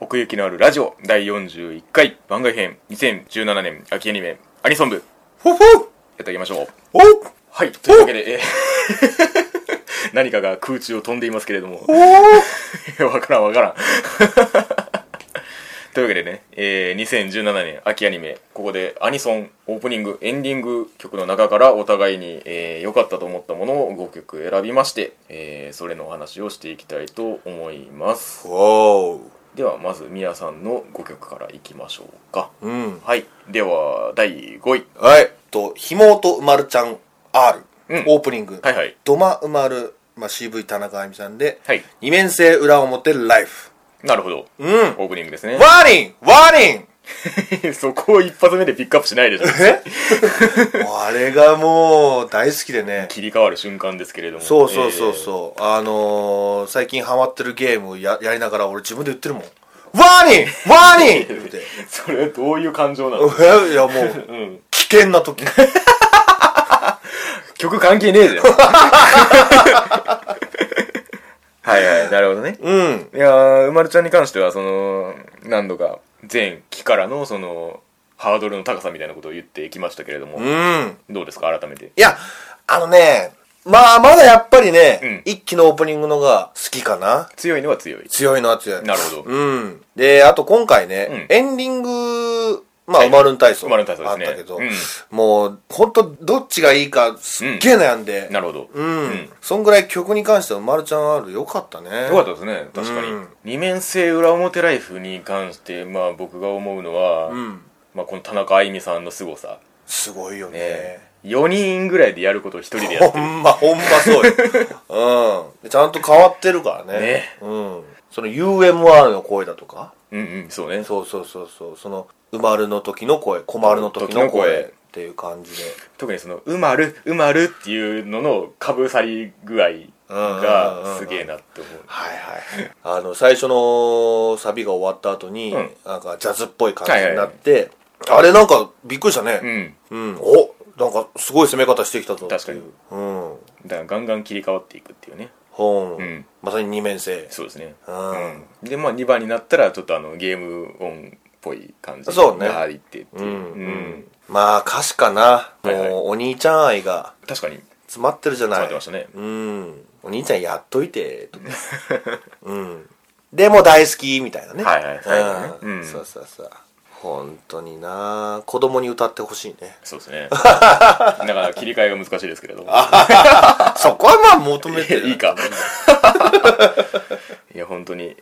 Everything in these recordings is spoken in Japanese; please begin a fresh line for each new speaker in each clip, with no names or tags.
奥行きのあるラジオ第41回番外編2017年秋アニメアニソン部
ほほ
やっていきましょう
お
はいというわけで、えー 何かが空中を飛んでいますけれども わからんわからん というわけでね、えー2017年秋アニメここでアニソンオープニングエンディング曲の中からお互いに良、えー良かったと思ったものを5曲選びまして、えーそれのお話をしていきたいと思います
お
ではまずみやさんの5曲からいきましょうか
うん。
はいでは第5位
はい。と、ひもとうまるちゃん R、
うん
オープニング。
はいはい
ドマうまる、まあ、CV 田中あゆみさんで、
はい
二面性裏表ライフ。
なるほど
うん。ワ
オープニングですね
ーニングワーニング
そこを一発目でピックアップしない でしょ
えもうあれがもう大好きでね。
切り替わる瞬間ですけれども
そうそうそうそう。あのー、最近ハマってるゲームをややりながら俺自分で言ってるもん。ワーニングワーニングって
えーそれどう いう感情なの
言って。いやもう、危険な時。
曲関係ね えじゃんはいはいなるほどね
うん。
いやーうまるちゃんに関してはその何度か前期からのそのハードルの高さみたいなことを言ってきましたけれども、
うん。
どうですか改めて
いや、あのね、まあ、まだやっぱりね、
う
一期のオープニングのが好きかな。
強いのは強い
強いのは強い。
なるほど
うん。で、あと今回ね、
うん
エンディング、まあ、
はい
埋まるん体操。
埋まるん体操ですね
あったけど、
うん
もう、本当どっちがいいか、すっげえ悩んで。
なるほどう
う
ん
ん。そんぐらい曲に関しては、まるちゃんあるよかったね。
よかったですね確かに、
うん
二面性裏表ライフに関してまあ僕が思うのは、
うん。
まあ、この田中あゆみさんの凄さ、
すごいよね。
え4人ぐらいでやることを1人でやっ
ほんま、ほんまそうよ。うん。でちゃんと変わってるからね。
ね
うん。その UMR の声だとか。
うんうんそうね
そうそうそうそうその「埋まる」の時の声「困る」の時の
時の声
声っていう感じで
特にその「うまるうまる」っていうののかぶさり具合
うんうんうんう
が
ん
すげえなって思う
はいはいあの最初のサビが終わった後に、
うん
なんかジャズっぽい感じになって、あれなんかびっくりした
う
ね
ん
うん、おなんかすごい攻め方してきたぞっていう
確かに
うん
だからガンガン切り替わっていくっていうね
ほん、
うん
まさに二面性
そうですね
うん
でまあ2番になったらちょっとあのゲーム音っぽい感じ
そうね
が入ってっていうう、
ん、う
うんん、
まあ歌詞かな、
はいはい
もうお兄ちゃん愛が
確かに
詰まってるじゃない
詰まってましたね
うんお兄ちゃんやっといてとか うんでも大好きみたいなね
はいはい最後ね
うん
うん
そうそうそう本当にな子供に歌ってほしいね
そうです ねだから切り替えが難しいですけれども
そこはまあ求めて る
いいかいや本当に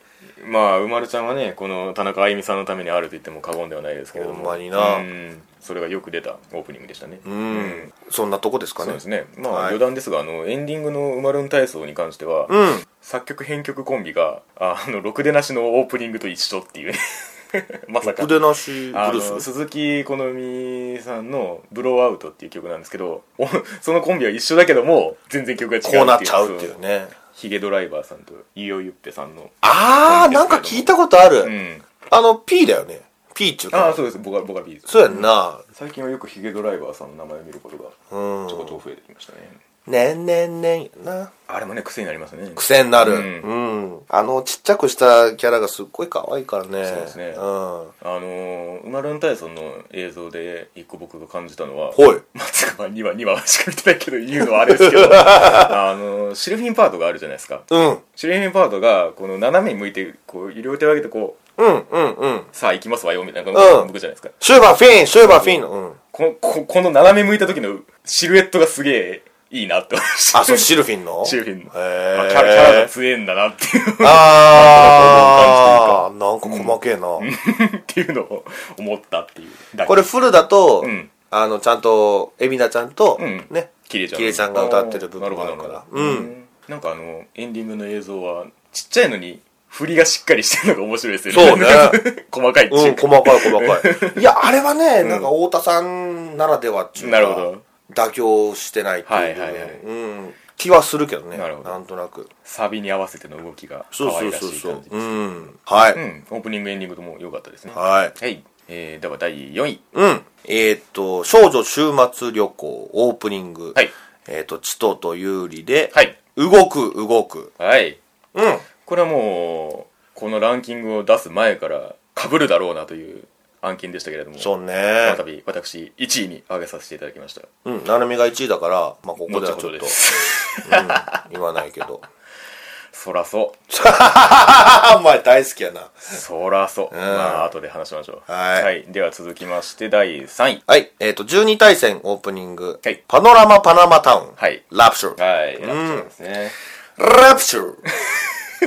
まあうまるちゃんはねこの田中あゆみさんのためにあると言っても過言ではないですけれども
ほんまにな
うんそれがよく出たオープニングでしたね
うん、そんなとこですか
そう
ね
ですねまあ、
はい
余談ですがあのエンディングの「うまるん体操」に関しては、
うん
作曲編曲コンビがああのろくでなしのオープニングと一緒っていうね まさか
腕なしブル
あの
ース
鈴木好美さんの「ブローアウト」っていう曲なんですけどお そのコンビは一緒だけども全然曲が違うってい
こうなっちゃうっていうね
ヒゲドライバーさんとイオユッペさんの
ああなんか聞いたことある、
うん
あの P だよね P っていう
ああ
か
そうです僕は僕はビーズ
そうやんな
最近はよくヒゲドライバーさんの名前を見ることがち
うん
ょこちょこ増えてきましたね
ねんねんねんやな
あれもね癖になりますね
癖になる、
う
うんあのちっちゃくしたキャラがすっごい可愛いからね
そうですね
ん、ほ
あのー、ウマルンタイソンの映像で一個僕が感じたのは
いう
松川2話2話しか見てないけど言うのはあれです けどあのーシルフィンパートがあるじゃないですか
うん
シルフィンパートがこの斜めに向いてこう両手を上げてこう
うんうんうん
さあ行きますわよみたいな感じ向くじゃないですか、
シューバーフィンシューバーフィンのうん
こここの斜め向いた時のシルエットがすげえいいなって思いました
あそうシルフィンの
シルフィンの
へ
あ
ー
キャラキャラが強えんだなっていう
あーなんか細けえな、
っていうのを思ったっていうだけ
これフルだと、
ん
あのちゃんと海老名ちゃんと、
うん
ね
キリエちゃん
キリエちゃんが歌ってる部分もある
な
か
ほどな
ら
ほど
う
うんんなんかあのエンディングの映像はちっちゃいのに振りがしっかりしてるのが面白いですよね
そうね
細かいって
う、
いうんか、
細かい細か いいやあれはね、なんか太田さんならではっていうか
なるほど
妥協してないっていう、
はいはいはい
うん、気はするけどね
なるほど
んとなく
サビに合わせての動きが可
そうそ
愛
う
らし
そう
い
そ
感
う
じ。
うん。は
う
い。
んオープニングエンディングとも良かったですねは
はい。
い、えー、では第4位
うん。えーっと、少女週末旅行オープニング。
はい。
えーっと、チトと有利で、
はい
動く、動く。
はい
うん。
これはもうこのランキングを出す前から被るだろうなという案件でしたけれども、
そう
こ
ね
の。度私1位に上げさせていただきました。
うん、なるみが1位だから、まあ、ここではちょっと、
後ほど
うん
で、す。
言わないけど。
そらそ、
あ、お前大好きやな。
そらそ。まあ、後で話しましょう。
はい
では続きまして、第3位。
はい、えっ、と、12対戦オープニング。
はい
パノラマパナマタウン。
はい
ラプチュー。
はい、ラプチャーですね。
ラプチュー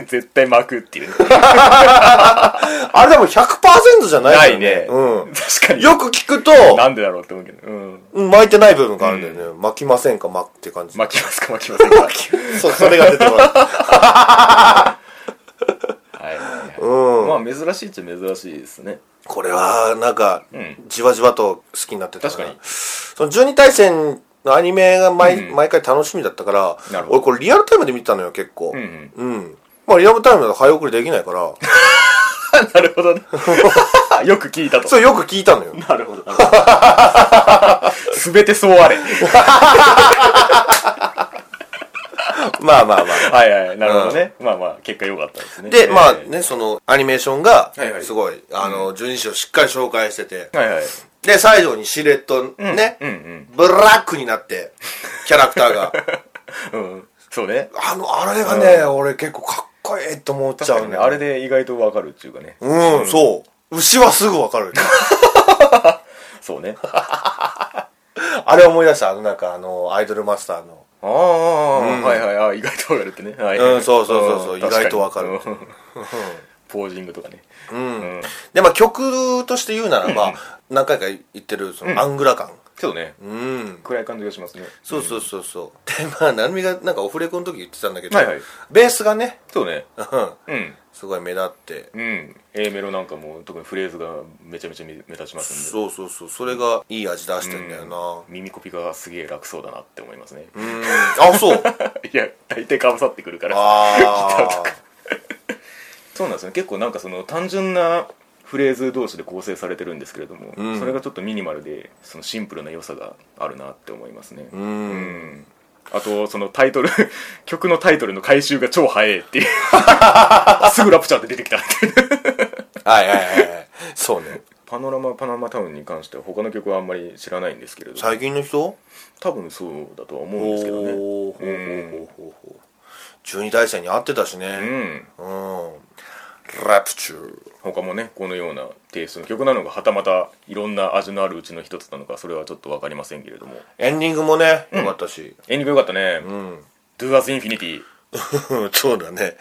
絶対巻くっていう。
あれでも100%じゃ な
ない
よ
いね。
う ん。
確かに。
よく聞くと、
なんでだろうって思うけど。うん。
うん巻いてない部分があるんだよね。巻きませんか巻くって感じ。
巻きますか巻きませんかはい
そう、それが出てこない。
はいはい。まあ、珍しいっちゃ珍しいですね。
これは、なんか、
ん
じわじわと好きになってたな
確かに
その12対戦のアニメが毎,、毎回楽しみだったから
なる、ほど
俺これリアルタイムで見てたのよ、結構。うんまあ、リアルタイムだと早送りできな いから、
なるほどね。 よく聞いたと。
それよく聞いたのよ。
なるほど。すべてそう あれ。
まあまあまあ。
はいはい。なるほどね。まあまあ、結果良かったですね。
で、
えー
まあね、その、アニメーションが
はいは、い
すごい、あの、12章しっかり紹介してて、
はいはい。
で、最後にシルエットね、
うんうん。
ブラックになって、キャラクター が。
うん。そうね。
あの、あれがね、俺結構かっこいいと思っちゃ
確か
うん
に
だ
ね
よ
あれで意外とわかるっていうかね。
うん、そう。牛はすぐわ かる。
そう ね。
あれ思い出した。あの、なんか、あの、アイドルマスターの。
ああ、はいはい。あー意外とわかるってね。はいはい
うんそうそうそうそうん
確に
意外とわかる
うんポージングとかね。うん。
で、まあ、曲として言うならば、何回か言ってる、その、アングラ感。
そうね。
うん。
暗い感じがしますね。
そうそうそうそう。で、まあ、なるみが、なんか、オフレコの時言ってたんだけど、
はいはい
ベースがね、
そうね。
うん、
うん。
すごい目立って。
うん。A メロなんかも特にフレーズがめちゃめちゃ目立ちますんで。
そうそうそう。それが、いい味出してんだよな。
耳コピがすげえ楽そうだなって思いますね。
うん。あ、そう。
いや、大体かぶさってくるから。
あ
そうなんですね結構なんかその単純なフレーズ同士で構成されてるんですけれども、
うん
それがちょっとミニマルでそのシンプルな良さがあるなって思いますね
ー。う。
うんんあとそのタイトル 曲のタイトルの回収が超早い っていうすぐラプチャーって出てきたっていう
はいはいはいはい。そうね。
パノラマパナマタウンに関しては他の曲はあんまり知らないんですけれど
最近の人
多分そうだとは思うん
お
ですけどね
おーほう
うん
ほうほうほうほう12大戦に合ってたし
う
ね
ん
うんラプチュー
他もねこのようなテイストの曲なのかはたまたいろんな味のあるうちの一つなのかそれはちょっと分かりませんけれども
エンディングもねよかったし
エンディング良かったね。
うん、
Do as Infinity。
そうだね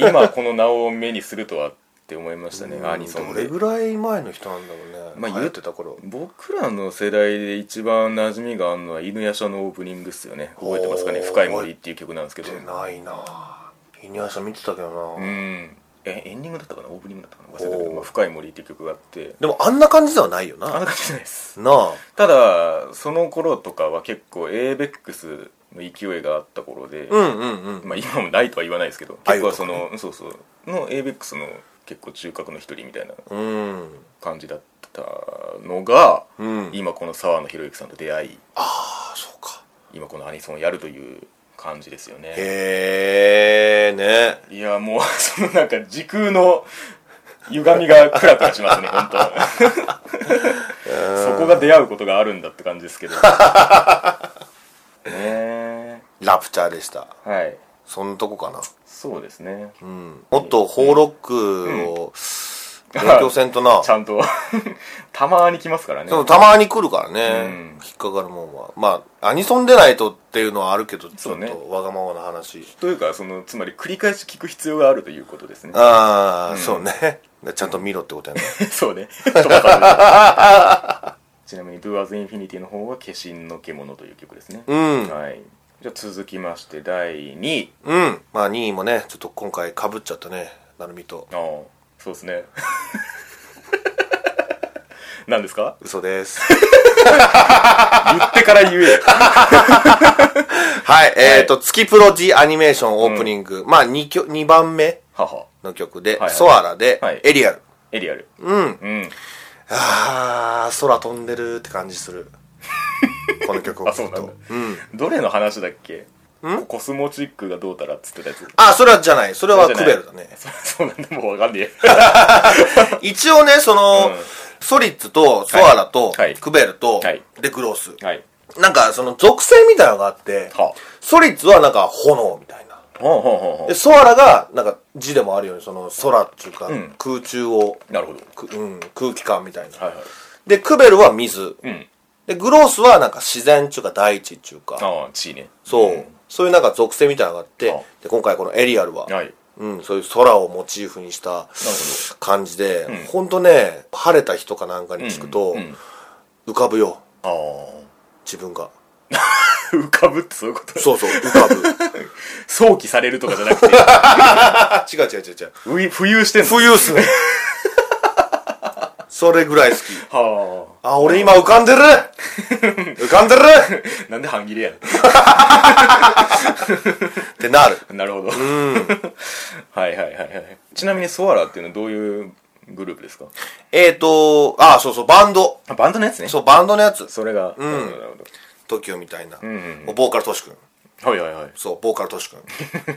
今この名を目にするとはって思いましたね、アニソン
ど
で
れ。ぐらい前の人なんだろうね
まあ
流行ってた頃
僕らの世代で一番馴染みがあるのは犬夜叉のオープニングっすよね。覚えてますかね
おー
深い森っていう曲なんですけど。
出ないなぁ犬朝見てたけど
う
な、
ん。え、エンディングだったかなオープニングだったかな忘れたけ
お
ど、
ー
まあ、深い森っていう曲があって。
でもあんな感じではないよ
あん
な
な感じじゃないです。
なあ
ただ、その頃とかは結構 ABEX の勢いがあった頃で、
うんうんうん
まあ、今もないとは言わないですけど
あゆ
結
と
構
か
その、そうそうの ABEX の結構中核の一人みたいな
うん
感じだったのが、
うん
今この沢野弘之さんと出会い
ああそうか
今このアニソンをやるという感じですよね
へえね
いやもう そのなんか時空の歪みがクラクラしますね本当そこが出会うことがあるんだって感じですけど ねえ
ラプチャーでした
はい
そんなとこかな
そうですね、
うんもっとホーロックを勉強せんとな、
ちゃんとたまに来ますからね
でもたまに来るからね、
うん
引っかかるもんはまあアニソンでないとっていうのはあるけどちょ
そ
っ
うね
とわがままな話
というかそのつまり繰り返し聞く必要があるということですね
ああ、そうね ちゃんと見ろってことやね、
そう ね飛ばされるちなみに「Do As Infinity」の方は「化身の獣」という曲ですね、
うん
はいじゃあ続きまして第2位
うん、まあ2位もねちょっと今回かぶっちゃったねなるみと
ああそうですね 何ですか
嘘です
言ってから言えよ
はいえっ、と月プロ G アニメーションオープニング、まあ 2, 曲2番目
母
の曲で「
はい
ソアラ」で
はい
「エリアル」
エリアル
うん
うん
あー空飛 んでるって感じするこの曲を聴
あ
く
そうなん
と
だどれの話だっけコスモチックがどうたらっつってたやつ
あ、それはじゃない。それは
それじ
ク
ゃない
ベルだ ね。
そうなんでもうわかんね
一応ね、その、
うん
ソリッツとソアラと、
はいはい
クベルと、
はい
で、グロー ス。
えはい
なんか、その属性みたいなのがあって、
は
ソリッツはなんか炎みたいな。
あほうほうほうほ
で、ソアラが、なんか字でもあるように、その空っていうか、
ん
空中を、
うなるほど
くうん、空気感みたいな。
はいはい
で、クベルは水。
うん
で、グロースはなんか自然っていうか大地っていうか、
ああ地位ね
そう、
ん
そういうなんか属性みたいなのがあって、
あ
で、今回このエリアルは、
はいなる
うん、そういう空をモチーフにした
ほ
感じで、ほんとね、晴れた人かなんかに聞くと、
うんうん
浮かぶよ、
どあ
自分が。
あ浮かぶって そういうこと
そうそう、浮かぶ。
想起されるとかじゃなくて
あ、違う違う違う違う。
浮い浮遊してんの
浮遊っすね。 それぐらい好き。
はあ
あ、俺今浮かん でる浮かんでる
なんで半切れやね
ってなる。
んなるほど はいはいはいはいちなみにソアラっていうのはどういうグループですか
えーと、あ、そうそう、バンド。
あバンドのやつね
そう、バンドのやつ。
それがなるほどなるほど
TOKIO みたいな。
んうん
ボーカルトシ君。
はいはいはい
そう、ボーカルトシ君。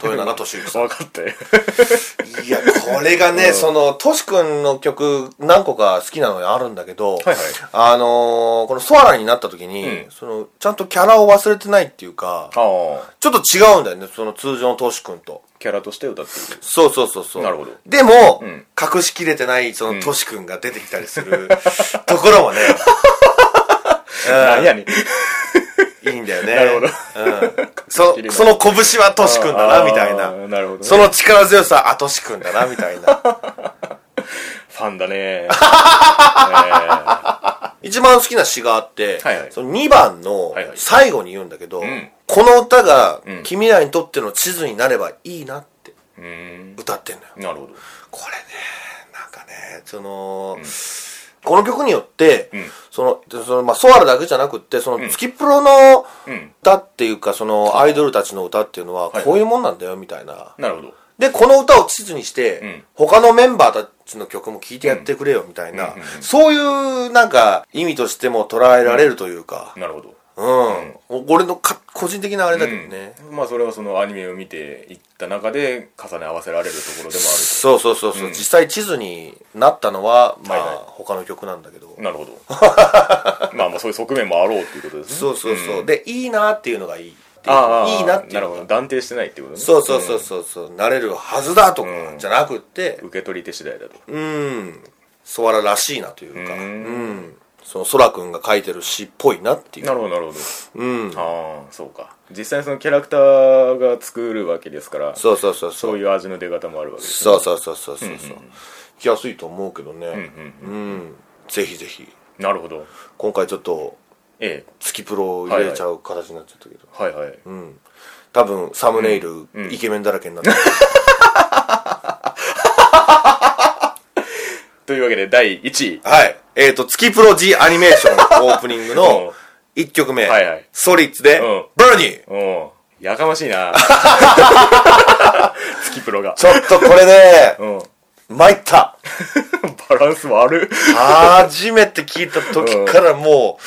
豊永俊之さん。
分かったよ
いや、これがね、その、トシ君の曲何個か好きなのあるんだけど、
はいはい
あのーこのソアラになった時
う
に、
ん
その、ちゃんとキャラを忘れてないっていうか、
ああ
ちょっと違うんだよね、その通常のトシ君と。
キャラとして歌っている
そうそうそうそう。
なるほど
でも、
ん
隠しきれてない、その、トシ君が出てきたりす るところもね、
何やねん
いいんだよね。
なる
うん。その、その拳はトシ君だな、みたい
あー
な。
なるほどね
その力強さ、あ、トシ君だな、みたいな。
ファンだねええ
一番好きな詩があって、
はいはい
その2番の
はいはい
最後に言うんだけど、
ん
この歌が
ん
君らにとっての地図になればいいなって
うーん
歌ってんのよ。
なるほど
これね、なんかね、その、この曲によって、
ん
その、そのまあ、ソアラだけじゃなくって、その、月プロの
うん
歌っていうか、その、アイドルたちの歌っていうのは、
はい
こういうもんなんだよ、みたいな。
なるほど
で、この歌を地図にして、
ん
他のメンバーたちの曲も聴いてやってくれよみたいな、
うんうんうん
そういうなんか意味としても捉えられるというか、
なるほど
うん。俺のか個人的なあれだけどね。
うんまあそれはそのアニメを見ていった中で重ね合わせられるところでも
そうそうそうそう、
うん
実際地図になったのは、まあ、
はいはい
他の曲なんだけど
あ。るなるほ どまあまあそういう側面もあろうっていうことですね
そうそうそう。
ん
で、いいなっていうのがいいっていう
ああ
いいなってい
なる
うの
ほ
が
ど。断定してないっていうことね
そうそうそうそうそう、なれるはずだとか、
うん
じゃなくって、
受け取り手次第だと
うん、ソアラらしいなというか、う
うんん、
そのソラ君が書いてる詩っぽいなっていう。
なるほどなるほど
うん。
ああそうか実際にそのキャラクターが作るわけですから
そうそうそうそ
そう
う。
いう味の出方もあるわけです
そうそうそうそうそう。来やすいと思うけどね。
うん
うん。ぜひぜひ。
なるほど
今回ちょっと、
ええ
月プロを入れちゃう形になっちゃったけど。
はいはい
うん。多分、サムネイル、
ん
イケメンだらけになってる。
というわけで第1位
はい。えっと、月プロ G アニメーションオープニング
うん
の1曲目。
はいはい
ソリッツで、
うん
バーニー
おうやかましい な月プロが
ちょっとこれね、
うん
参った。
バランス悪
初めて聞いた時からもう、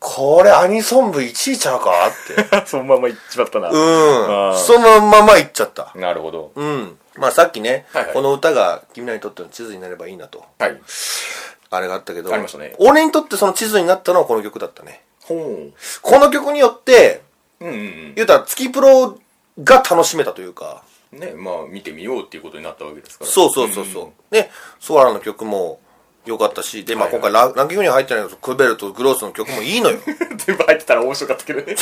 これアニソン部1位ちゃうかって。
そのままいっちまったな
うん。
あー
そのまま行っちゃった。
なるほど
うん。まあさっきね、
はいはい
この歌が君らにとっての地図になればいいなと、
はい
あれがあったけど、
ありましたね
俺にとってその地図になったのはこの曲だったね。
ほう
この曲によって、
うんうん
言うたら月プロが楽しめたというか、
うんねまあ見てみようっていうことになったわけですから
そうそうそうそう。で、ソアラの曲も良かったし、で、まあ
はいは
今
い
回ラ,、ランキングには入ってないけど、クベルとグロースの曲もいいのよ。
全部入ってたら面白かったけどね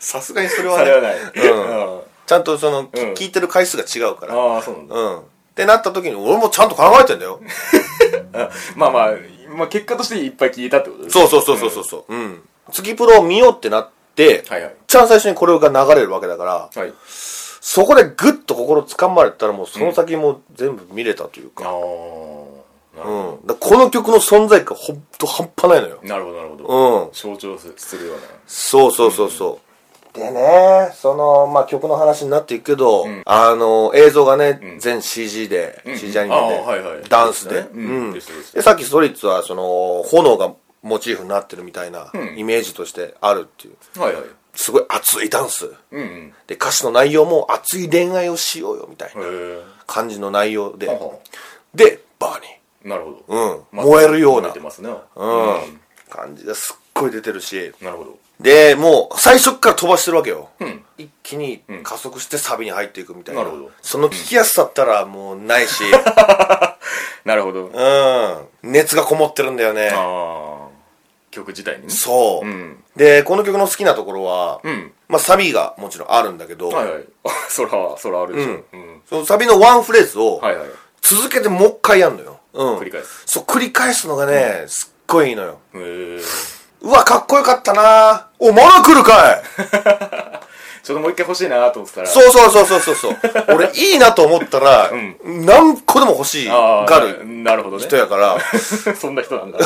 さすがにそれ
あれはない
うん
うん
ちゃんとその、
うん
聞いてる回数が違うから。
ああそうなんだ
うん。ってなった時に、俺もちゃんと考えてんだよ。
まあまあまあ結果としていっぱい聞いたってことですね
そうそうそうそうそう。うん。うん、月プロを見ようってなって、
はいはい
一番最初にこれが流れるわけだから、
はい
そこでグッと心掴まれたらもうその先も全部見れたという
あ
か、
あなる
う
ほ
ん。だからこの曲の存在感ほんと半端ないのよ
ど。なるほどなるほど
うん。
象徴するような
そうそうそうそう。でね、その、まあ、曲の話になっていくけど、あの、映像がね、全 CG で、CG アニメ
あ
で、
あはいはい
ダンスで、
ですね
う
うんんですです
で、さっきストリッツは、その、炎がモチーフになってるみたいな、イメージとしてあるっていう。
はいはい
すごい熱いダンス
うんうん
で歌詞の内容も熱い恋愛をしようよみたい
へ
な
え
感じの内容で、
はは
でバーニ
なるほど、
うん
ま
燃えるような
燃えてますね
ーうん、感じがすっごい出てるし
なるほど
でもう最初っから飛ばしてるわけよ、
ん
一気に加速してサビに入っていくみたいな,、
なるほど
その聞きやすさったらもうな いし
なるほど、あ
うん熱がこもってるんだよね
あ曲自体にね
そう、
うん
でこの曲の好きなところは、
うん
まあ、サビがもちろんあるんだけど、
はいはいそらそらあるでしょ、うん
そのサビのワンフレーズを
はいはい
続けてもう一回やんのよ、うん、
繰り返す
そう繰り返すのがね、すっごいいいのよ
へえ
うわかっこよかったなおまだ来るかい
ちょっともう一回欲しいなと思ってたら
そうそうそうそうそうそう俺いいなと思ったら、何個でも欲しい
あ
が
あ
る
なるほどね
人やから、
そんな人なんだ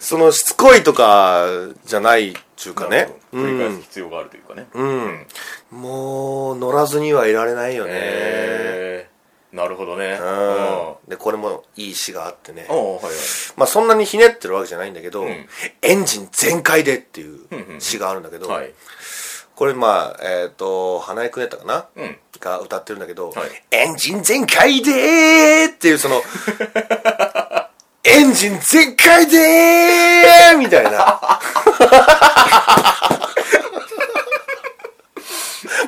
そのしつこいとかじゃないっちゅうか
なる
ね
ほど繰り返す必要があるというかね
うんもう乗らずにはいられないよね、
へえなるほどねうんお
うんでこれもいい詩があってね
おはいはい
まあそんなにひねってるわけじゃないんだけど、
ん
エンジン全開でってい
んうんう
うん詩があるんだけど、
はい。
これまあえっ、と花江くんやったかな、
うん
が歌ってるんだけど、
はい
エンジン全開でーっていうその エンジン全開でーみた いな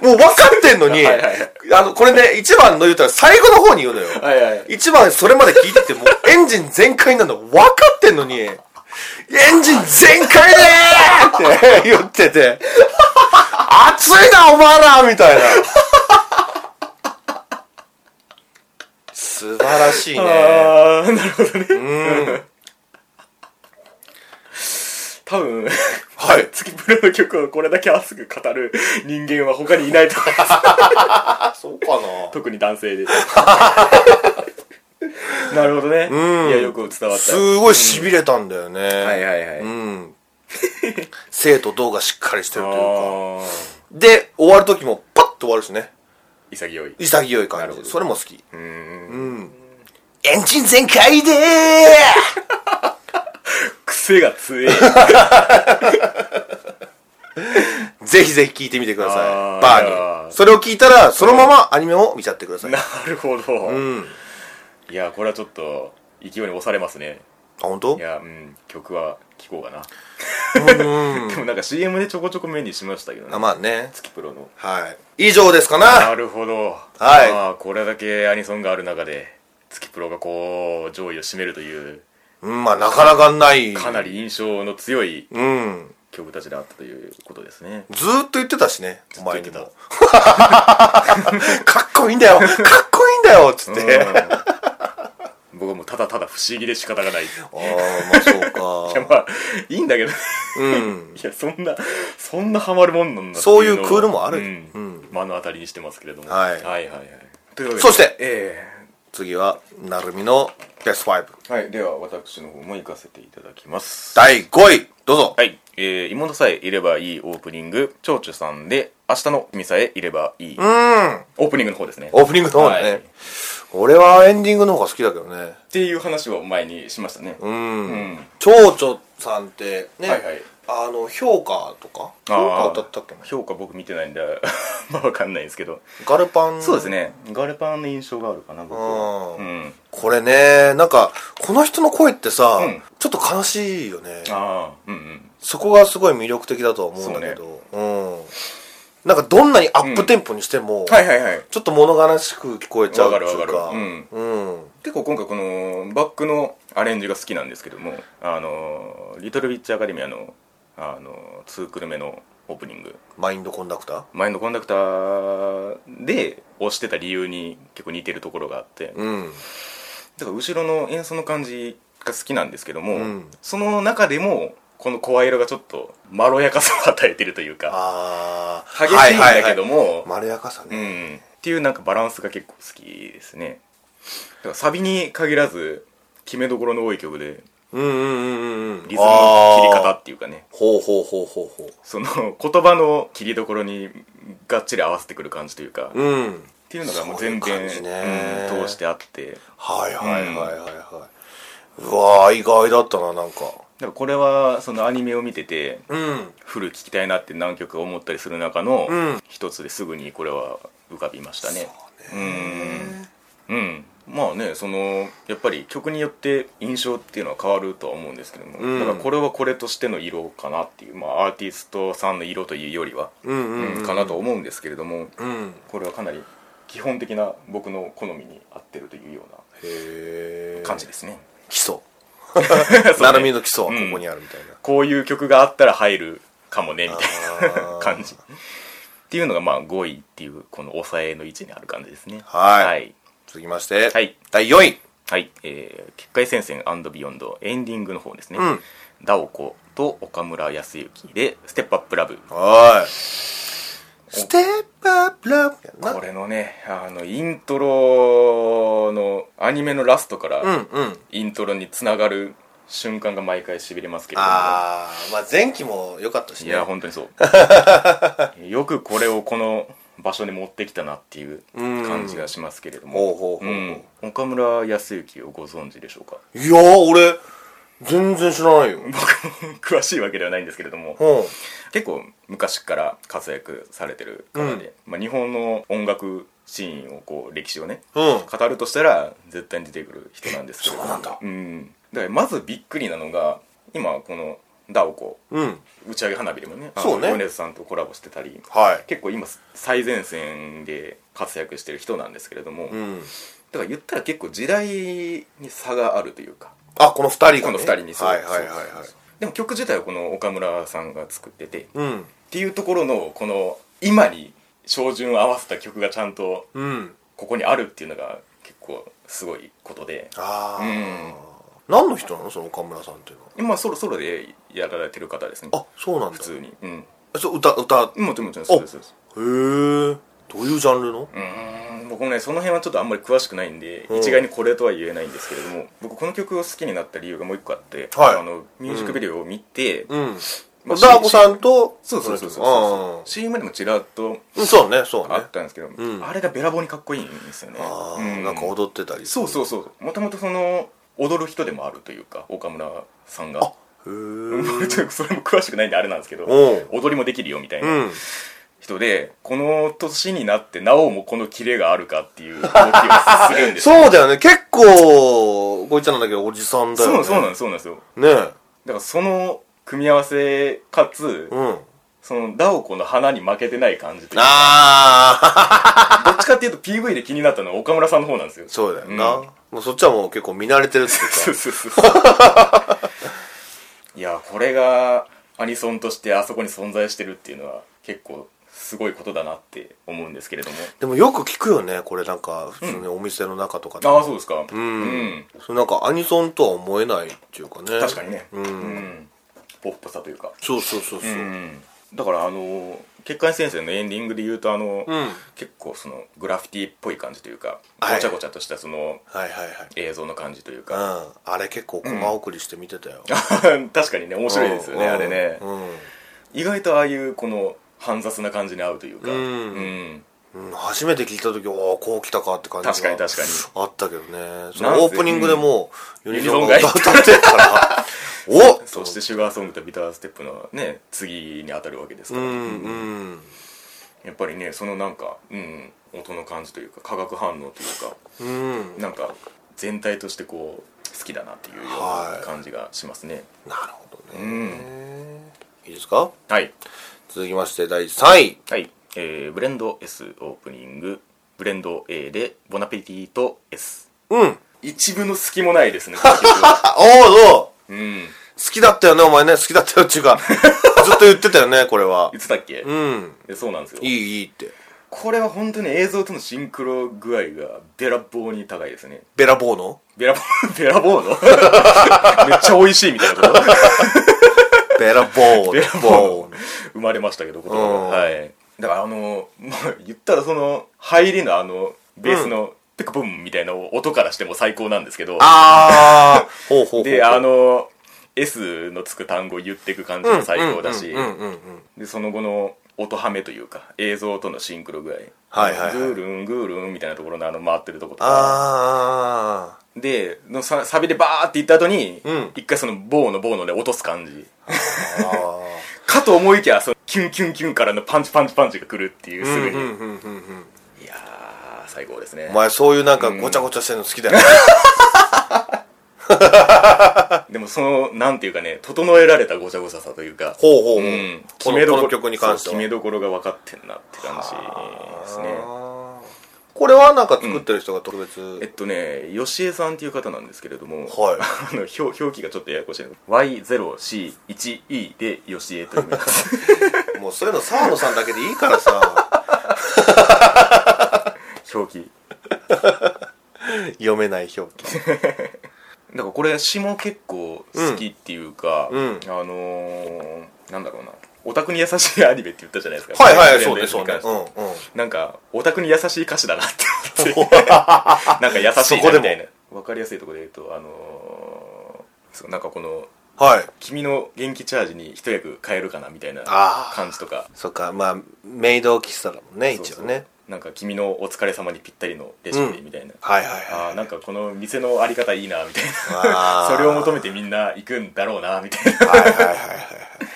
もう分かってんのに
はいはいはい
あのこれね一番の言うたら最後の方に言うのよ、
はいはい。
一番それまで聞いててもエンジン全開なの分かってんのに、エンジン全開でーって言ってて、熱いなお前らみたいな。素晴らしいね。
ああ、なるほどね。多分、
はい。
月プロの曲をこれだけ熱く語る人間は他にいないと思います。
あ、そうかな。
特に男性で。 なるほどね。
うん
いや、よく伝わった。
すごい痺れたんだよね。
はいはいはい。あ
うん。生と動がしっかりしてるという
あ
か。
ー、
で、終わる時もパッと終わるしね。
潔い。
潔い
な
感
るほ
じ。
ど
それも好き。
うーん。
エンジン全開でー
癖が 強い。
ぜひぜひ聞いてみてくださ
あ
い。
ー
バ
いや
ー
ー
に。それを聞いたら、そのままアニメを見ちゃってください。
な
あ、
るほど。
ん
いや、これはちょっと、勢いに押されますね。
本当
い？や、うん、曲は聴こうかな。 でもなんか CM でちょこちょこ目にしましたけど
あ、
ね。
まあね。
月プロの。
はい。以上ですかな
なるほど。
はい
まあ、これだけアニソンがある中で、月プロがこう、上位を占めるという、
うん、まあなかなかない。
かな。り印象の強い
うん。
曲たちであったということですね。
ずーっと言ってたしね、お前
ず
に
っ
も
と。
かっこいいんだよかっこいいんだよつって。あ
うん僕はもうただただ不思議で仕方がない。い
あー、まあそう
や、
か。
まあ、いいんだけどね。
うん。
いや、そんな、そんなハマるもんなんだって
そういう
のを
クールもある
うん
うん
目の当たりにしてますけれども。
はい
はいはいはい。というわけで
そして
ええ
次は、なるみのベスト5。
はい、では私の方も行かせていただきます。
第5位、どうぞ。
はい、えー、妹さえいればいいオープニング、蝶々さんで、明日の君さえいればいい、
うん。
オープニングの方ですね。
オープニングの方だね。
はい
俺はエンディングの方が好きだけどね。
っていう話を前にしましたね。
うん
うん。
蝶々さんってね、
はいはい
あの評価とか評価
あー
歌ったっけな
評価僕見てないんで、 まあわかんないんですけど。
ガルパン
そうですね。ガルパンの印象があるかな、僕は。
う
うん。
これねなんかこの人の声ってさ、
ん
ちょっと悲しいよね
ああ、うんうん。
そこがすごい魅力的だとは思うんだけどう,、んなんかどんなにアップテンポにしても、
はいはいはい。
ちょっと物悲しく聞こえちゃうってい
わ
う
かる
か
わかる
うん、
結構今回このバックのアレンジが好きなんですけどもあのリトル・ウィッチ・アカデミアのあの2クルメのオープニング
マインドコンダクター
「マインドコンダクター」で押してた理由に結構似てるところがあって
うん
だから後ろの演奏の感じが好きなんですけども、
ん
その中でもこの声色がちょっとまろやかさを与えてるというか
ああ
激しいんだけども、
まろやかさね、
うん、っていうなんかバランスが結構好きですねだからサビに限らず決めどころの多い曲で
うん、うんうんうんうん
リズムの切り方っていうかね
ほうほうほうほうほ
その言葉の切りどころにがっちり合わせてくる感じというか、
う
っ
うん
ていうのがもう全
そういう
編
感じね
うん通してあって
はいはいはいはいはい、うわー意外だったななんか
だからこれはそのアニメを見てて
うん
フル聴きたいなって何曲か思ったりする中の
うん
一つですぐにこれは浮かびましたねうんうんまあねそのやっぱり曲によって印象っていうのは変わるとは思うんですけども、
うん
だからこれはこれとしての色かなっていう、まあ、アーティストさんの色というよりは、
うんうん
うんかなと思うんですけれども
うん
これはかなり基本的な僕の好みに合ってるというような
へえ
感じですね、
基礎
そうね
なるみの基礎はここにあるみたいな、
こういう曲があったら入るかもねみたい
あ
な
ー
感じっていうのがまあ5位っていうこの抑えの位置にある感じですね
はい
はい、
続きまして、
はい
第4位
はいえー「結界戦線ビヨンド」エンディングの方ですね、
うん
ダオコと岡村康之で「ステップアップラブ」
はーいステップアップラブや
これのねあのイントロのアニメのラストから、
なうんうん
イントロにつながる瞬間が毎回しびれますけれども
ああまあ前期も良かったし
い
ね
や本当にそう よくこれをこの場所に持ってきたなっていう感じがしますけれど
ほう
も、
ほうほうほ
う
う、
ん、岡村康之をご存知でしょうか
いやー俺全然知らないよ、うん、
詳しいわけではないんですけれども結構昔から活躍されてる方で、まあ、日本の音楽シーンをこう歴史をね
うん
語るとしたら絶対に出てくる人なんですけれども
そうなんだ
うん、だからまずびっくりなのが今このダオコ
うん
打ち上げ花火でもねあの
そうね
米津さんとコラボしてたり
はい
結構今最前線で活躍してる人なんですけれども、
う
だ
ん
から言ったら結構時代に差があるというか
あこの2人が、ね、
この2人に
そうはいはいはいはい
でも曲自体はこの岡村さんが作っててっ
うん
ていうところのこの今に照準を合わせた曲がちゃんと
うん
ここにあるっていうのが結構すごいことで
ああ、
うん
何の人なのその岡村さんっていうの
今ソロソロでやられてる方ですね
はあそうなんだ
普通にうん
そう歌歌へ
もちろんもちろんそうですそうです
えどういうジャンルの
うーん僕もねその辺はちょっとあんまり詳しくないんで、
うん
一概にこれとは言えないんですけれども僕この曲を好きになった理由がもう一個あって、
はい
あのミュージックビデオを見て、
うん
まあ
ダー子さんと
そうそうそうそう
あ
そう CM でもちらっと
ーうんそうねそうね
あったんですけど、
うん
あれがべらぼうにかっこいいんですよね
ああ、
うん
なんか踊ってたり
そう
う
そうそうもともとその踊る人でもあるというか岡村さんが
へえ
ちょ っとそれも詳しくないんであれなんですけど
うん
踊りもできるよみたいうなん人で、この年になってなおもこのキレがあるかっていう動きをするんですよ
そうだよね結構こいつなんだけどおじさんだよ
そ
ね
うそうなんですそうなんですよ
ねえ
だからその組み合わせかつ、
うん
そのダオコの花に負けてない感じというか
ああ
どっちかっていうと PV で気になったのは岡村さんの方なんですよ
そうだよな、
うん
もうそっちはもう結構見慣れてるっていうか
そうそうそうそういやこれがアニソンとしてあそこに存在してるっていうのは結構すごいことだなって思うんですけれども
でもよく聞くよねこれなんか普通にお店の中とかで、
ああそうですかうん
そうなんかアニソンとは思えないっていうかね
確かにね
うん、
うんポップさというか
そうそうそうそう、
うんだからあのー「結界戦線」のエンディングで言うとあの、
うん
結構そのグラフィティっぽい感じというか
はい
ごちゃごちゃとしたその
はいはい
映像の感じというか、
はいうんあれ結構コマ送りして見てたよ、
確かにね面白いですよね
うん
あれね
う
意外とああいうこの煩雑な感じに合うというか、
うん
うん
ん、うん初めて聞いた時おおこう来たかって感じが
確かに確かに
あったけどねそ
なんせ
のオープニングでもうユニゾン
ユ
が
ニゾ
歌
ン
っ
が
てるからお
そしてシュガーソングとビターステップのね次に当たるわけです
う
から、
んうん
やっぱりねそのなんか、うん、音の感じというか化学反応というか
うん
なんか全体としてこう好きだなっていうよう
は
ない感じがしますね
なるほど
う
ね、
ん
いいですか
はい
続きまして第3位
はい、えーブレンド S オープニングブレンド A でボナペティと S
うん
一部の隙もないですねこの曲は
あおおど
う
う
ん
好きだったよねお前ね好きだったよってい うかずっと言ってたよねこれは
言ってたっけ、
うん
でそうなんですよ
いいいいって
これは本当に映像とのシンクロ具合がべらぼうに高いですね
べらぼうの
べらぼう べらぼうのめっちゃ美味しいみたいな こと
べらぼう
べらぼう の生まれましたけど言葉が
うん
はいだからあの まあ言ったらその入りのあのベースのペクブンみたいな音からしても最高なんですけど
ああほうほうほう
であの S のつく単語を言っていく感じも最高だし
うんうんうんうん
でその後の音ハメというか映像とのシンクロ具合
はいはいはい
グールングールンみたいなところのあの回ってるとことか
ああ
でのササビでバーって言った後に、
うん
一回その棒の棒ので落とす感じ
あ
かと思いきやそのキュンキュンキュンからのパンチパンチパンチが来るっていう
あ。う
す
ん
ぐ
う
に、
んうんうんうん。
いやー最高ですね
お前そういうなんかごちゃごちゃしてるの好きだよね。
でもそのなんていうかね整えられたごちゃごちゃさというか
ほうほうほう。
うん、
このこの曲に関して
そ
は
う決めどころが分かってんなって感じですね
あーこれはなんか作ってる人が特別。
えっとね吉江さんっていう方なんですけれども、
はい
あの表表記がちょっとややこしいの Y0C1E で吉江と読み ます
もうそういうの沢野さんだけでいいか らさ
表記
読めない表 記
だからこれ詩も結構好きっていうか、
うんうん
あのー、なんだろうなオタクに優しいアニメって言ったじゃないですか
はいは い
フレン
そう
ド
ね
に
そう
関
ね
して
うんうん
なんかオタクに優しい歌詞だなって思って なんか優しいなみたいな分かりやすいところで言うとあのーそうなんかこの
はい
君の元気チャージに一役変えるかなみたいな
あー
感じとか
そっかまあメイド喫茶だもんね一応
そう
ね
そうなんか君のお疲れ様にぴったりのレシピみたいな、
はいはい
あ
は
ー
い
なんかこの店のあり方いいなみたい
あ
な
ー
それを求めてみんな行くんだろうなみたい な
はいはいはいはい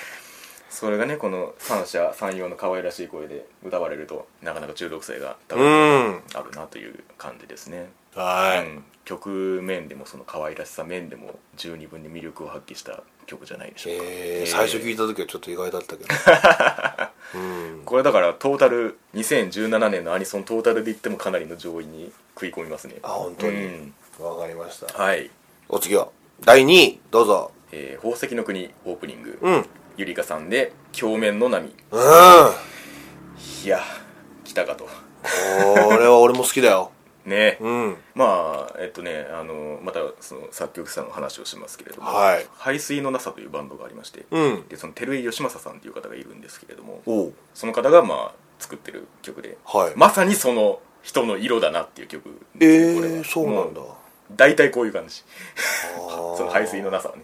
それがねこの三者三様の可愛らしい声で歌われるとなかなか中毒性が多
う
分
ん
あるなという感じですね、
は
うん曲面でもその可愛らしさ面でも十二分に魅力を発揮した曲じゃないでしょうか、
え
えー
ー最初聞いた時はちょっと意外だったけど うん
これだからトータル2017年のアニソントータルで言ってもかなりの上位に食い込みますね
あ本当
う
に
ん
わかりました
はい、
お次は第2位どうぞ
えー宝石の国オープニング、
うんうん
ゆりかさんで「鏡面の波」いや来たかと
これは俺も好きだよ
ね、
うん
まあえっとねあのまたその作曲さんの話をしますけれども、
はい
排水のなさというバンドがありまして、
うん
でその照井義政さんという方がいるんですけれども
おう
その方がまあ作ってる曲で、
はい
まさにその人の色だなっていう曲
え
ですねこれ
ー
は
そうなんだ
も大体こういう感じそ
そ
の排水のなさは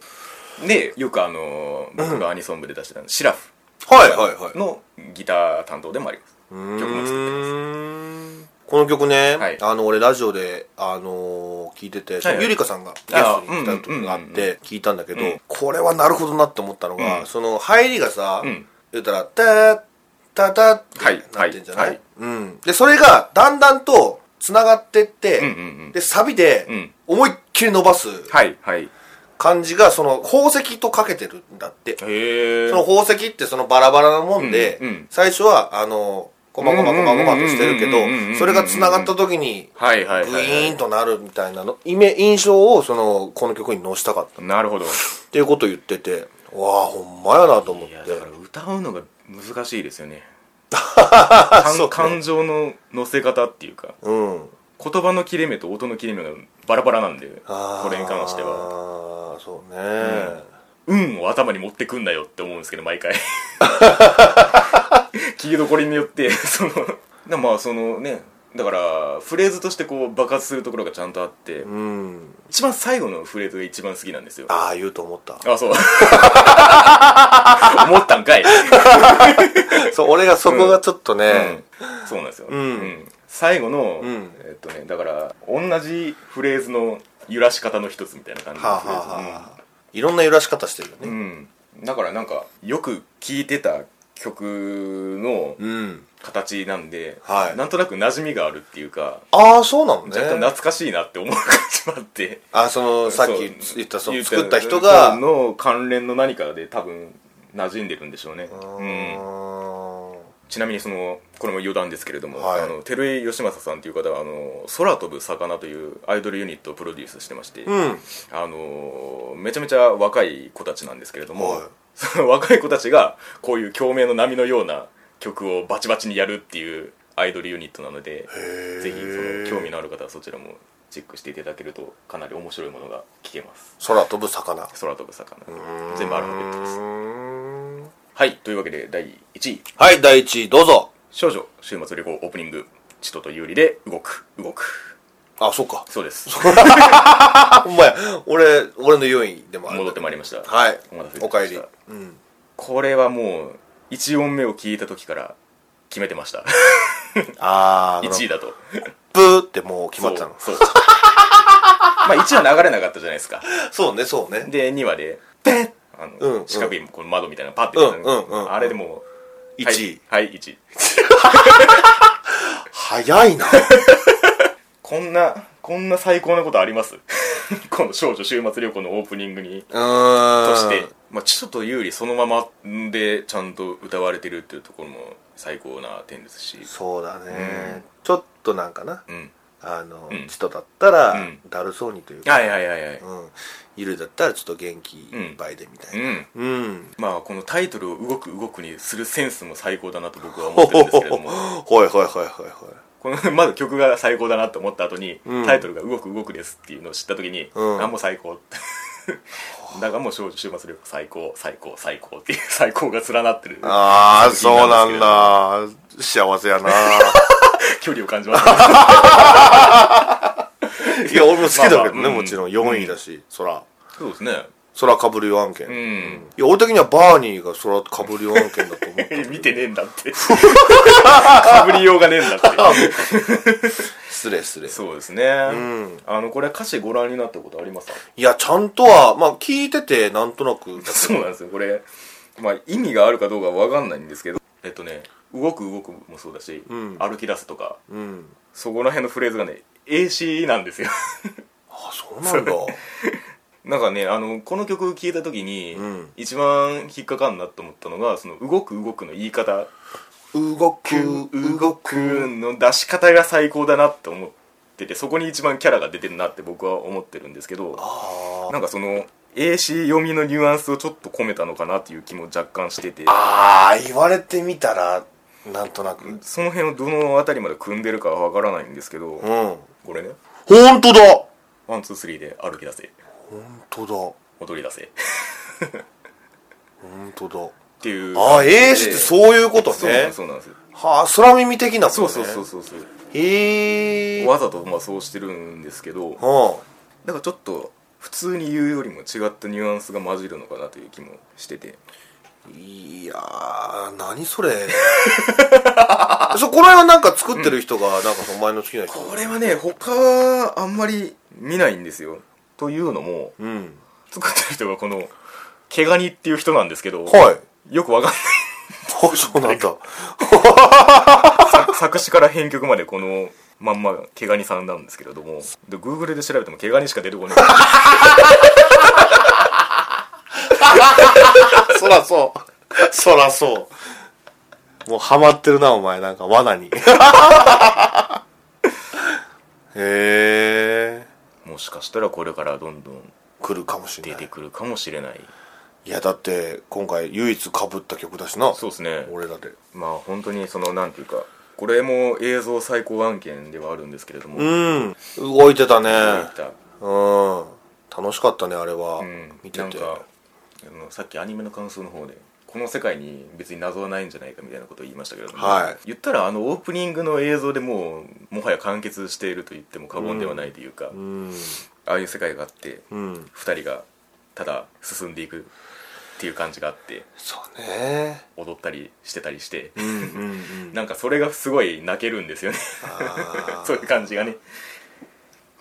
ねでよくあのー僕がアニソン部で出してたの、シラフ
はいはいはい
のギター担当でもあります
うーん
曲も作
この曲ね、
はい
あの俺ラジオで、あのー聞いてて、
はいはい
ゆりかさんがゲストに来た時があっ
あうんうんうんうん
て聞いたんだけど、
うん
これはなるほどなって思ったのが、
うん
その入りがさ、
うん
言ったら「タタタ」って
はい
なってんじゃな
は
い、
いはい
うん、でそれがだんだんとつながってって、
うんうんうん
でサビで
うん
思いっきり伸ばす
はいはい
感じがその宝石とかけてるんだって、
へえ
その宝石ってそのバラバラなもんで、
うんうん
最初はあのこまごまこまごまとしてるけ
うんうんうんうんうんうん
どそれがつながった時に
はいはい
グイ
はい、
ーンとなるみたいなのイメ印象をそのこの曲に乗したかったっ
なるほど
ていうことを言っててわあほんまやなと思っ
い
て
やだから歌うのが難しいです よね
そうね
感感情の乗せ方っていうか
うん
言葉の切れ目と音の切れ目がバラバラなんでこれに関しては
はそうね、
運を頭に持ってくんなよって思うんですけど毎 回聞きどころによって そのでまあそのねだからフレーズとしてこう爆発するところがちゃんとあって、
うん、
一番最後のフレーズが一番好きなんですよ
ああ言うと思った
あ そう思ったんかい、
そう俺がそこがちょっとね、
うんそうなんですよ、
ん
最後の、
うん
えっとねだから同じフレーズの揺らし方の一つみたいな感じ
は
の
あ、
フレ
は
ーズ
あはあ、いろんな揺らし方してるよ
う
ね
ん、だからなんかよく聴いてた曲の
うん
形なんで、
はい
なんとなく馴染みがあるっていうか
ああそうなのね
若干懐かしいなって思う感じもあって、
あその さっ
そう
き言ったその
言
作った人がう
の関連の何かで多分馴染んでるんでしょうね、うん
ーん
ちなみにそのこれも余談ですけれども、
はい
あの照井義政さんという方はあの「空飛ぶ魚」というアイドルユニットをプロデュースしてまして、
うん
あのめちゃめちゃ若い子たちなんですけれども、
はい
その 若い子たちがこういう共鳴の波のような曲をバチバチにやるっていうアイドルユニットなので
ー
ぜひその興味のある方はそちらもチェックしていただけるとかなり面白いものが聞けます
空飛ぶ魚
空飛ぶ魚全部アルファベットです
うーん
はいというわけで第1位
はい第1位どうぞ
少女週末旅行オープニングチトと有利で動く動く
あそうか
そうです
あほんまや俺俺の4位でもある
戻ってまいりました
はい
お待たせいたし
おか
ま
え
し
り
た
うん
これはもう1音目を聞いた時から決めてました
ああ
1位だと
プーってもう決まってたの
そうそうまあ1話流れなかったじゃないですか。
そうね、そうね。
で、2話で、
で、
あの、
うん
四角いこの窓みたいなのパッて、
うんうんうん
あれでもう、
1位。
はい、はい、1位。
早 いな。
こんな、こんな最高なことあります この少女週末旅行のオープニングに。
うーん。
として、まあ、ちょっと有利そのままでちゃんと歌われてるっていうところも最高な点ですし、
そうだね、
うん
ちょっとなんかな
うん。
あの、
うん
チトだったら、
うん
だるそうにというか、
はいはいはいはい。
うん、ゆるだったらちょっと元気いっぱいでみた
う
いな、
ん。
うん
まあ、このタイトルを動く動くにするセンスも最高だなと僕は思ってるんですけれども、
ほいほいほいほいほい
この、まず曲が最高だなと思った後に、
うん
タイトルが動く動くですっていうのを知った時に、
うん
あ、もう最高。 だからもう少女週末旅行最高、最高、最高っていう最高が連なってる。
ああ
作品
そう
な
なん
ですけれ
ん
ど
だ幸せや な
距離を感じ ますね。
いや俺も好きだけどね、
まあまあうん
もちろん4位だし、そら
そうですね。
そらかぶる4案件、
う
い
ん。
や俺的にはバーニーがそらかぶる4案件だと思ったけ ど
見てねえんだって。かぶりようがねえんだって。
失礼失礼
そうですね。
ん
あの、これ歌詞ご覧になったことありますか
いやちゃんとはまあ聞いててなんとなく
そうなんですよ。これ、まあ意味があるかどうかわかんないんですけど、えっとね、動く動くもそうだし、
うん
歩き出すとか、
うん
そこら辺のフレーズがね、英詞なんですよ。
あそうなんだ
なんかね、あの、この曲聴いた時に、
うん
一番引っかかんなと思ったのが、その、動く動くの言い方、
動く
動くの出し方が最高だなって思ってて、そこに一番キャラが出てるなって僕は思ってるんですけど、
あー
なんかその、英詞読みのニュアンスをちょっと込めたのかなっていう気も若干してて。
あー言われてみたらなんとなくうん
その辺をどの辺りまで組んでるかはわからないんですけど、
本
これね、
当だ
ワン、ツー、スリーで歩き出せ、
本当だ
踊り出せっ
本当だ
ていう。
ああ英詞って
う
そういうこと
そうなんで
ね
すそうなんですよ。
はあ空耳的なこと
そう
ね
そうそうそうそう。
へえ
わざとまあそうしてるんですけど、
は
だからちょっと普通に言うよりも違ったニュアンスが混じるのかなという気もしてて。
あいやー何それ そこら辺はなんか作ってる人がなんかその前の好きな人
これはね、他はあんまり見ないんですよ。というのも、
うん
作ってる人がこの、毛ガニっていう人なんですけど、
はい
よくわかんない
あそうなん だ
作詞から編曲までこのまんま毛ガニさんなんですけれどもで Google で調べても毛ガニしか出てこない
そらそう。 そらそう。もうハマってるな、お前。なんか 罠に。へえ。
もしかしたらこれからどんどん
来るかもしれ
出
な
て
い。
くるかもしれない
いや、だって、今回唯一被った曲だしな。
そうですね
俺らで。
まあ本当にそのなんていうかこれも映像最高案件ではあるんですけれども、
うん。動いてたね。
こういった
うん。楽しかったね、あれは。
うん
見て
なん
て。
かあのさっきアニメの感想の方でこの世界に別に謎はないんじゃないかみたいなことを言いましたけれども、
はい
言ったらあのオープニングの映像でもうもはや完結していると言っても過言ではないというか、
うん。
ああいう世界があって、
うん。
2人がただ進んでいくっていう感じがあって
そうね。
踊ったりしてたりして、
うんうんうん。
なんかそれがすごい泣けるんですよね
あ ー
そういう感じがね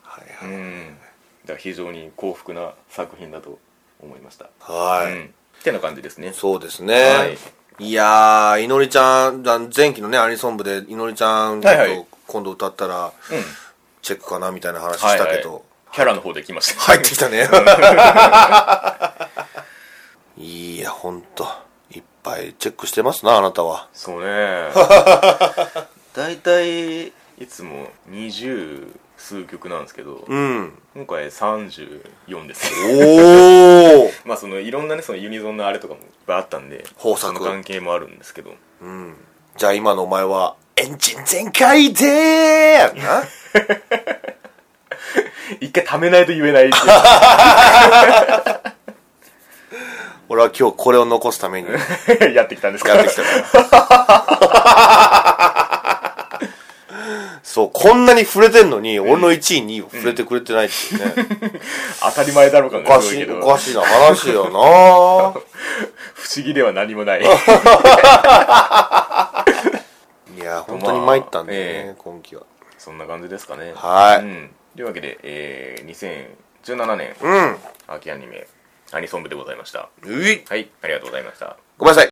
はいは
う
い。
んだから非常に幸福な作品だと思いました
はい。
うんってな感じですね
そうですね。
はい
い、やー、いのりちゃん、あの前期のね、アニソン部で、いのりちゃん、
はいはい
ちょっと今度歌ったら、
うん
チェックかなみたいな話
はい
したけど、
はいキャラの方で来ました
入ってきたね。いや、ほんと、いっぱいチェックしてますな、あなたは。
そう ねだいたいいつも20数曲なんですけど
うん。
今回34です
おー
まあそのいろんなねそのユニゾンのあれとかもいっぱいあったんで
豊作
その関係もあるんですけど
うん。じゃあ今のお前は、エンジン全開でーな
一回貯めないと言えないっていう
俺は今日これを残すためにやって
やってきたんです
き
か
た
ら
から。そう、こんなに触れてんのに、俺の1位、2位を触れてくれてないっていうね。
当たり前だろうか
おかしい、おかしいな話よ な
不思議では何も ない
いや、本当に参ったんだよね、
まあえ
今期は。
そんな感じですかね
はい
うんというわけで、えー2017年
うん。
秋アニメアニソン部でございました
うい。
はいありがとうございました
ごめんなさい。